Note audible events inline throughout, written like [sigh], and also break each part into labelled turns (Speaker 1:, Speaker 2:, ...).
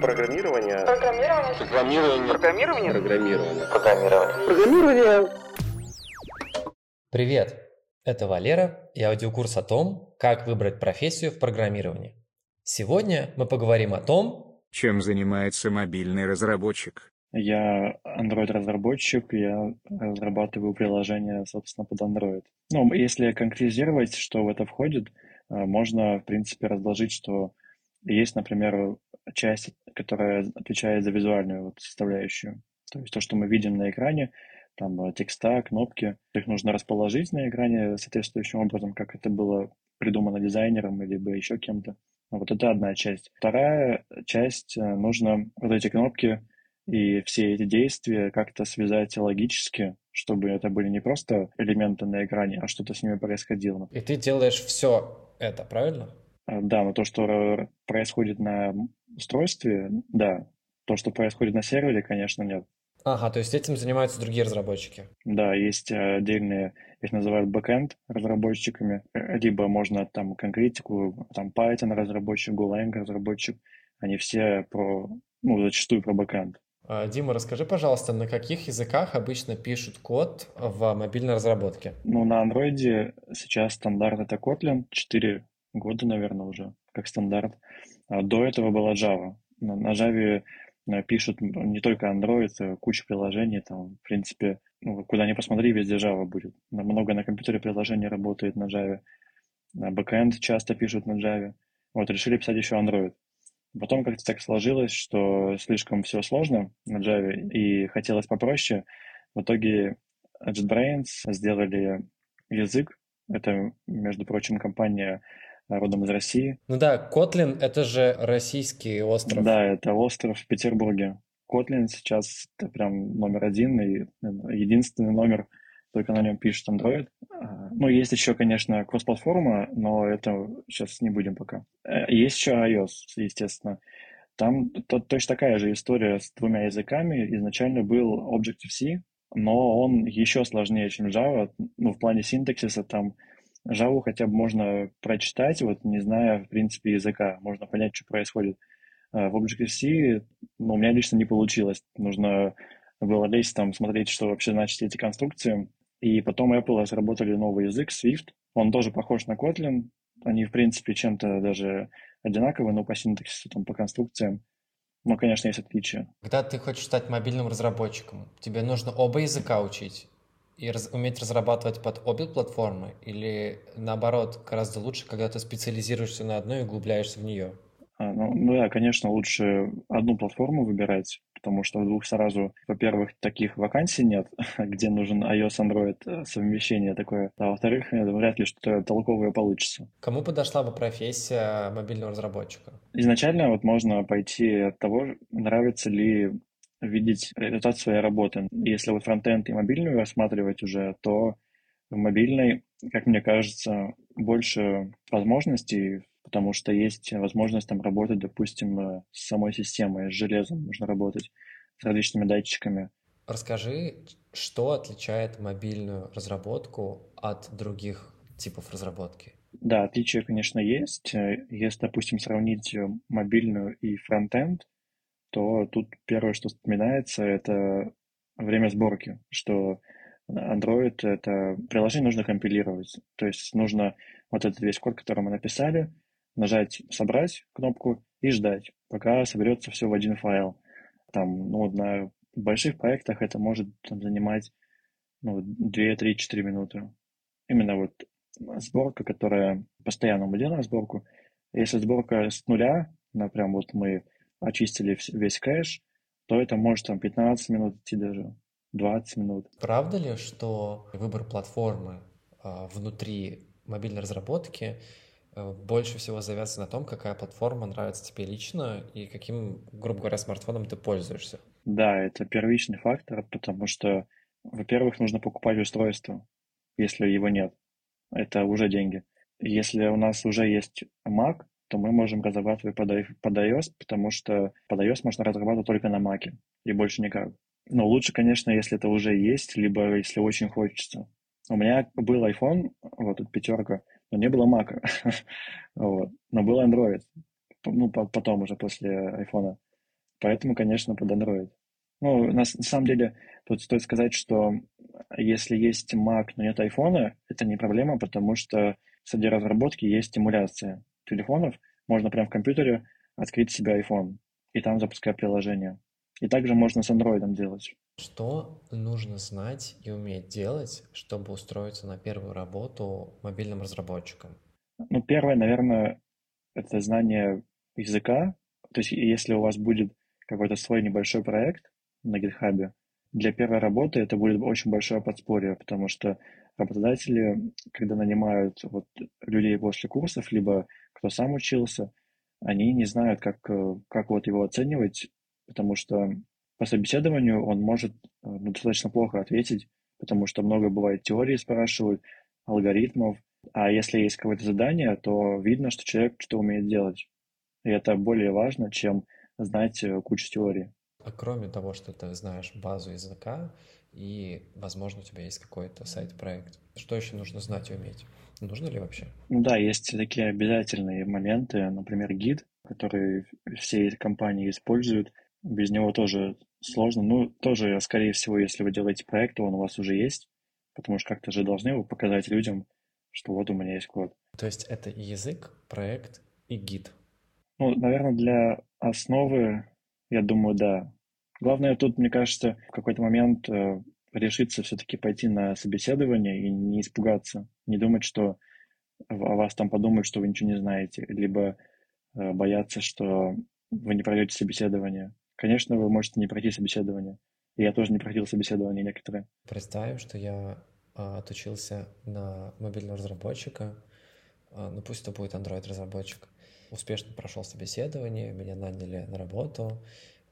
Speaker 1: Программирование.
Speaker 2: Программирование.
Speaker 1: Программирование. Программирование. Программирование.
Speaker 2: Программирование.
Speaker 1: Программирование.
Speaker 3: Привет! Это Валера и аудиокурс о том, как выбрать профессию в программировании. Сегодня мы поговорим о том,
Speaker 4: Чем занимается мобильный разработчик?
Speaker 5: Я Android-разработчик, я разрабатываю приложение, собственно, под Android. Ну, если конкретизировать, что в это входит, э, можно, в принципе, разложить, что есть, например, часть, которая отвечает за визуальную вот составляющую. То есть то, что мы видим на экране, там э, текста, кнопки, их нужно расположить на экране соответствующим образом, как это было придумано дизайнером или бы еще кем-то. Вот это одна часть. Вторая часть, э, нужно вот эти кнопки и все эти действия как-то связать логически, чтобы это были не просто элементы на экране, а что-то с ними происходило.
Speaker 3: и ты делаешь все это, правильно?
Speaker 5: А, Да, но то, что р- происходит на устройстве, да. То, что происходит на сервере, конечно, нет.
Speaker 3: Ага, то есть этим занимаются другие разработчики.
Speaker 5: Да, есть э, отдельные, их называют бэкэнд разработчиками, э, либо можно там конкретику, там Python разработчик, Golang разработчик, они все про, ну, зачастую про бэкэнд.
Speaker 3: А, Дима, расскажи, пожалуйста, на каких языках обычно пишут код в мобильной разработке?
Speaker 5: Ну, на андроиде сейчас стандарт это Kotlin, 4 года, наверное, уже, как стандарт. А До этого была Java. На на Java э, пишут м, не только Android, э, куча приложений, там, в принципе, ну, куда ни посмотри, везде Java будет. На- Много на компьютере приложений работает на Java. На бэкэнд часто пишут на Java. Вот, решили писать еще Android. Потом как-то так сложилось, что слишком все сложно на Java, и хотелось попроще. В итоге JetBrains сделали язык. Это, между прочим, компания э, родом из России.
Speaker 3: Ну да, Kotlin — это же российский остров.
Speaker 5: Да, это остров в Петербурге. Kotlin сейчас это прям номер один и наверное, единственный номер, только на нем пишет Android. А, Ну, есть еще, конечно, кросс-платформа, но это сейчас не будем пока. Э, Есть еще iOS, естественно. Там то- точно такая же история с двумя языками. Изначально был Objective-C, но он еще сложнее, чем Java. Ну, в плане синтаксиса там Java хотя бы можно прочитать, вот не зная, в принципе, языка. Можно понять, что происходит. А В Objective-C, ну, у меня лично не получилось. Нужно было лезть там, смотреть, что вообще значат эти конструкции. И потом Apple разработали новый язык, Swift. Он тоже похож на Kotlin. Они, в принципе, чем-то даже одинаковые, но по синтаксису, там, по конструкциям. Ну, конечно, есть отличия.
Speaker 3: Когда ты хочешь стать мобильным разработчиком, тебе нужно оба языка учить и раз- уметь разрабатывать под обе платформы? Или наоборот, гораздо лучше, когда ты специализируешься на одной и углубляешься в нее?
Speaker 5: А, Ну, ну да, конечно, лучше одну платформу выбирать, потому что в двух сразу, во-первых, таких вакансий нет, [laughs] где нужен iOS, Android э, совмещение такое, а во-вторых, э, вряд ли что-то толковое получится.
Speaker 3: Кому подошла бы профессия мобильного разработчика?
Speaker 5: Изначально вот можно пойти от того, нравится ли видеть результат своей работы. Если вот фронтенд и мобильную рассматривать уже, то в мобильной, как мне кажется, больше возможностей, потому что есть возможность там работать, допустим, э, с самой системой, с железом можно работать, с различными датчиками.
Speaker 3: Расскажи, что отличает мобильную разработку от других типов разработки?
Speaker 5: Да, отличия, конечно, есть. Э, Если, допустим, сравнить э, мобильную и фронтенд, то тут первое, что вспоминается, это время сборки, что Android — это приложение нужно компилировать. То есть нужно вот этот весь код, который мы написали, нажать «Собрать» кнопку и ждать, пока соберется все в один файл. Там, ну, на больших проектах это может там, занимать ну, 2-3-4 минуты. Именно вот сборка, которая постоянно мы делаем сборку. Если сборка с нуля, на прям вот мы очистили вс- весь кэш, то это может там 15 минут идти даже, 20 минут.
Speaker 3: Правда ли, что выбор платформы а, внутри мобильной разработки э, больше всего завязан на том, какая платформа нравится тебе лично и каким, грубо говоря, смартфоном ты пользуешься?
Speaker 5: Да, это первичный фактор, потому что, во-первых, нужно покупать устройство, если его нет. Это уже деньги. Если у нас уже есть Mac, то мы можем разрабатывать под i- под iOS, потому что под iOS можно разрабатывать только на Mac, и больше никак. Но лучше, конечно, если это уже есть, либо если очень хочется. У меня был iPhone, вот тут пятерка, но не было [laughs] Mac. Вот. Но был Android. Ну, по- потом уже после iPhone. Поэтому, конечно, под Android. Ну, на, с- на самом деле, тут стоит сказать, что э, если есть Mac, но нет iPhone, это не проблема, потому что среди разработки есть эмуляция телефонов. Можно прямо в компьютере открыть себе iPhone и там запускать приложение. И также можно с Android делать.
Speaker 3: Что нужно знать и уметь делать, чтобы устроиться на первую работу мобильным разработчиком?
Speaker 5: Ну, первое, наверное, это знание языка. То есть, если у вас будет какой-то свой небольшой проект на GitHub, для первой работы это будет очень большое подспорье, потому что работодатели, когда нанимают вот людей после курсов, либо кто сам учился, они не знают, как, э, как вот его оценивать, потому что по собеседованию он может э, ну, достаточно плохо ответить, потому что много бывает теории спрашивают, алгоритмов, а если есть какое-то задание, то видно, что человек что умеет делать. И это более важно, чем знать э, кучу теории.
Speaker 3: А кроме того, что ты знаешь базу языка и, возможно, у тебя есть какой-то сайт-проект, что еще нужно знать и уметь? Нужно ли вообще?
Speaker 5: Ну да, есть такие обязательные моменты, например, гид, который все эти компании используют. Без него тоже сложно. Ну, тоже, скорее всего, если вы делаете проект, то он у вас уже есть, потому что как-то же должны вы показать людям, что вот у меня есть код.
Speaker 3: То есть это и язык, проект и гид.
Speaker 5: Ну, наверное, для основы, я думаю, да. Главное тут, мне кажется, в какой-то момент э, решиться все-таки пойти на собеседование и не испугаться, не думать, что в- о вас там подумают, что вы ничего не знаете, либо э, бояться, что вы не пройдете собеседование. Конечно, вы можете не пройти собеседование. И я тоже не проходил собеседование некоторые.
Speaker 3: Представим, что я а, отучился на мобильного разработчика, а, ну пусть это будет Android-разработчик. Успешно прошел собеседование, меня наняли на работу.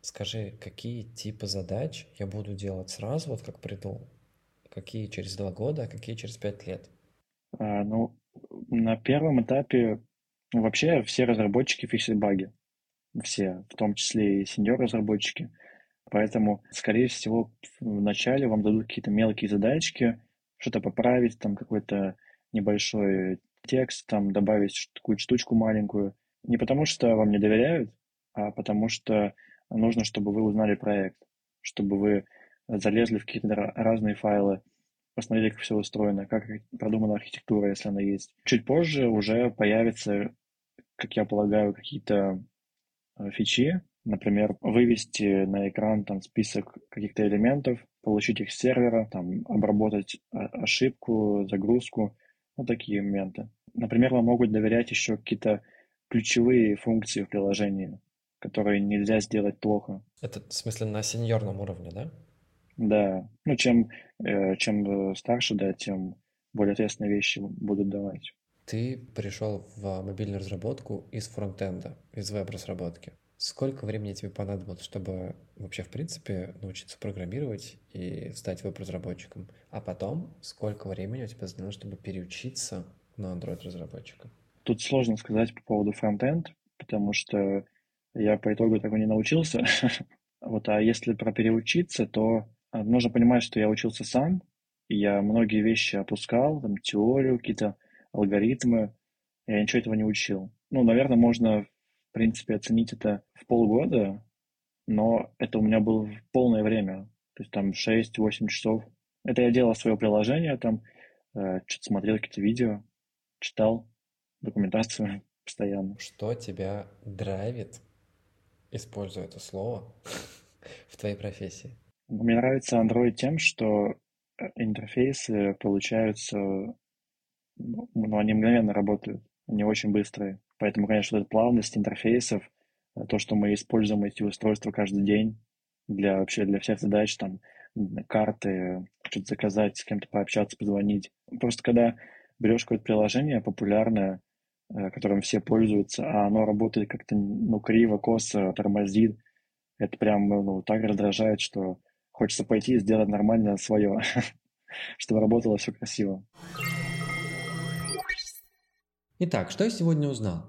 Speaker 3: Скажи, какие типы задач я буду делать сразу, вот как приду? Какие через два года, а какие через пять лет?
Speaker 5: А, Ну, на первом этапе ну, вообще все разработчики фиксят баги. Все, в том числе и сеньор-разработчики. Поэтому, скорее всего, вначале вам дадут какие-то мелкие задачки, что-то поправить, там какой-то небольшой текст, там добавить ш- какую-то штучку маленькую. Не потому что вам не доверяют, а потому что нужно, чтобы вы узнали проект, чтобы вы залезли в какие-то ра- разные файлы, посмотрели, как все устроено, как продумана архитектура, если она есть. Чуть позже уже появятся, как я полагаю, какие-то э, фичи, например, вывести на экран там список каких-то элементов, получить их с сервера, там, обработать а, ошибку, загрузку, ну, такие моменты. Например, вам могут доверять еще какие-то ключевые функции в приложении, которые нельзя сделать плохо.
Speaker 3: Это в смысле на сеньорном уровне, да?
Speaker 5: Да, ну чем, э, чем э, старше, да, тем более ответственные вещи будут давать.
Speaker 3: Ты пришел в мобильную разработку из фронтенда, из веб-разработки. Сколько времени тебе понадобилось, чтобы вообще, в принципе, научиться программировать и стать веб-разработчиком? А потом, сколько времени у тебя заняло, чтобы переучиться на Android-разработчика?
Speaker 5: Тут сложно сказать по поводу фронтенд, потому что я по итогу так и не научился. [laughs] Вот, а если про переучиться, то а, нужно понимать, что я учился сам, и я многие вещи опускал, там, теорию, какие-то алгоритмы, я ничего этого не учил. Ну, наверное, можно, в принципе, оценить это в полгода, но это у меня было в полное время, то есть там 6-8 часов. Это я делал свое приложение, там, э, что-то смотрел какие-то видео, читал документацию [laughs] постоянно.
Speaker 3: Что тебя драйвит, используя это слово, [laughs] в твоей профессии?
Speaker 5: Мне нравится Android тем, что э, интерфейсы получаются, ну, ну, они мгновенно работают, они очень быстрые. Поэтому, конечно, вот эта плавность интерфейсов, э, то, что мы используем эти устройства каждый день для вообще для всех задач, там, м, карты, э, что-то заказать, с кем-то пообщаться, позвонить. Просто когда берешь какое-то приложение популярное, э, которым все пользуются, а оно работает как-то, ну, криво, косо, тормозит, это прям, ну, так раздражает, что хочется пойти и сделать нормально свое, [laughs] чтобы работало все красиво.
Speaker 3: Итак, что я сегодня узнал?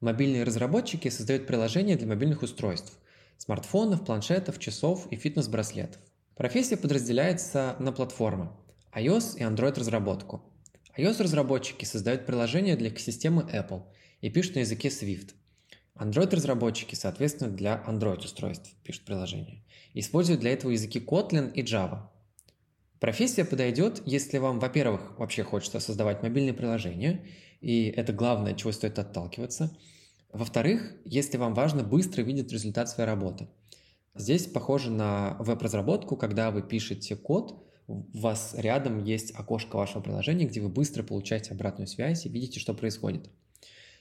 Speaker 3: Мобильные разработчики создают приложения для мобильных устройств – смартфонов, планшетов, часов и фитнес-браслетов. Профессия подразделяется на платформы – iOS и Android-разработку. iOS-разработчики создают приложения для экосистемы Apple и пишут на языке Swift. Android-разработчики, соответственно, для Android-устройств пишут приложение. Используют для этого языки Kotlin и Java. Профессия подойдет, если вам, во-первых, вообще хочется создавать мобильные приложения, и это главное, от чего стоит отталкиваться. Во-вторых, если вам важно быстро видеть результат своей работы. Здесь похоже на веб-разработку, когда вы пишете код, у вас рядом есть окошко вашего приложения, где вы быстро получаете обратную связь и видите, что происходит.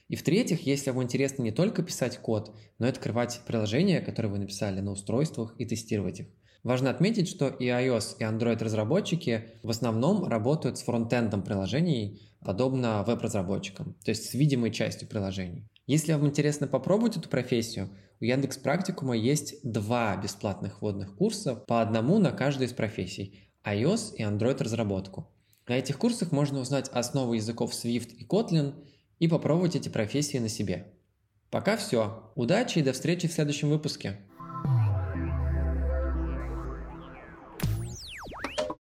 Speaker 3: И в-третьих, если вам интересно не только писать код, но и открывать приложения, которые вы написали на устройствах и тестировать их. Важно отметить, что и iOS, и Android разработчики в основном работают с фронтендом приложений, подобно веб-разработчикам, то есть с видимой частью приложений. Если вам интересно попробовать эту профессию, у Яндекс Практикума есть два бесплатных вводных курса по одному на каждую из профессий – iOS и Android разработку. На этих курсах можно узнать основы языков Swift и Kotlin и попробовать эти профессии на себе. Пока все. Удачи и до встречи в следующем выпуске.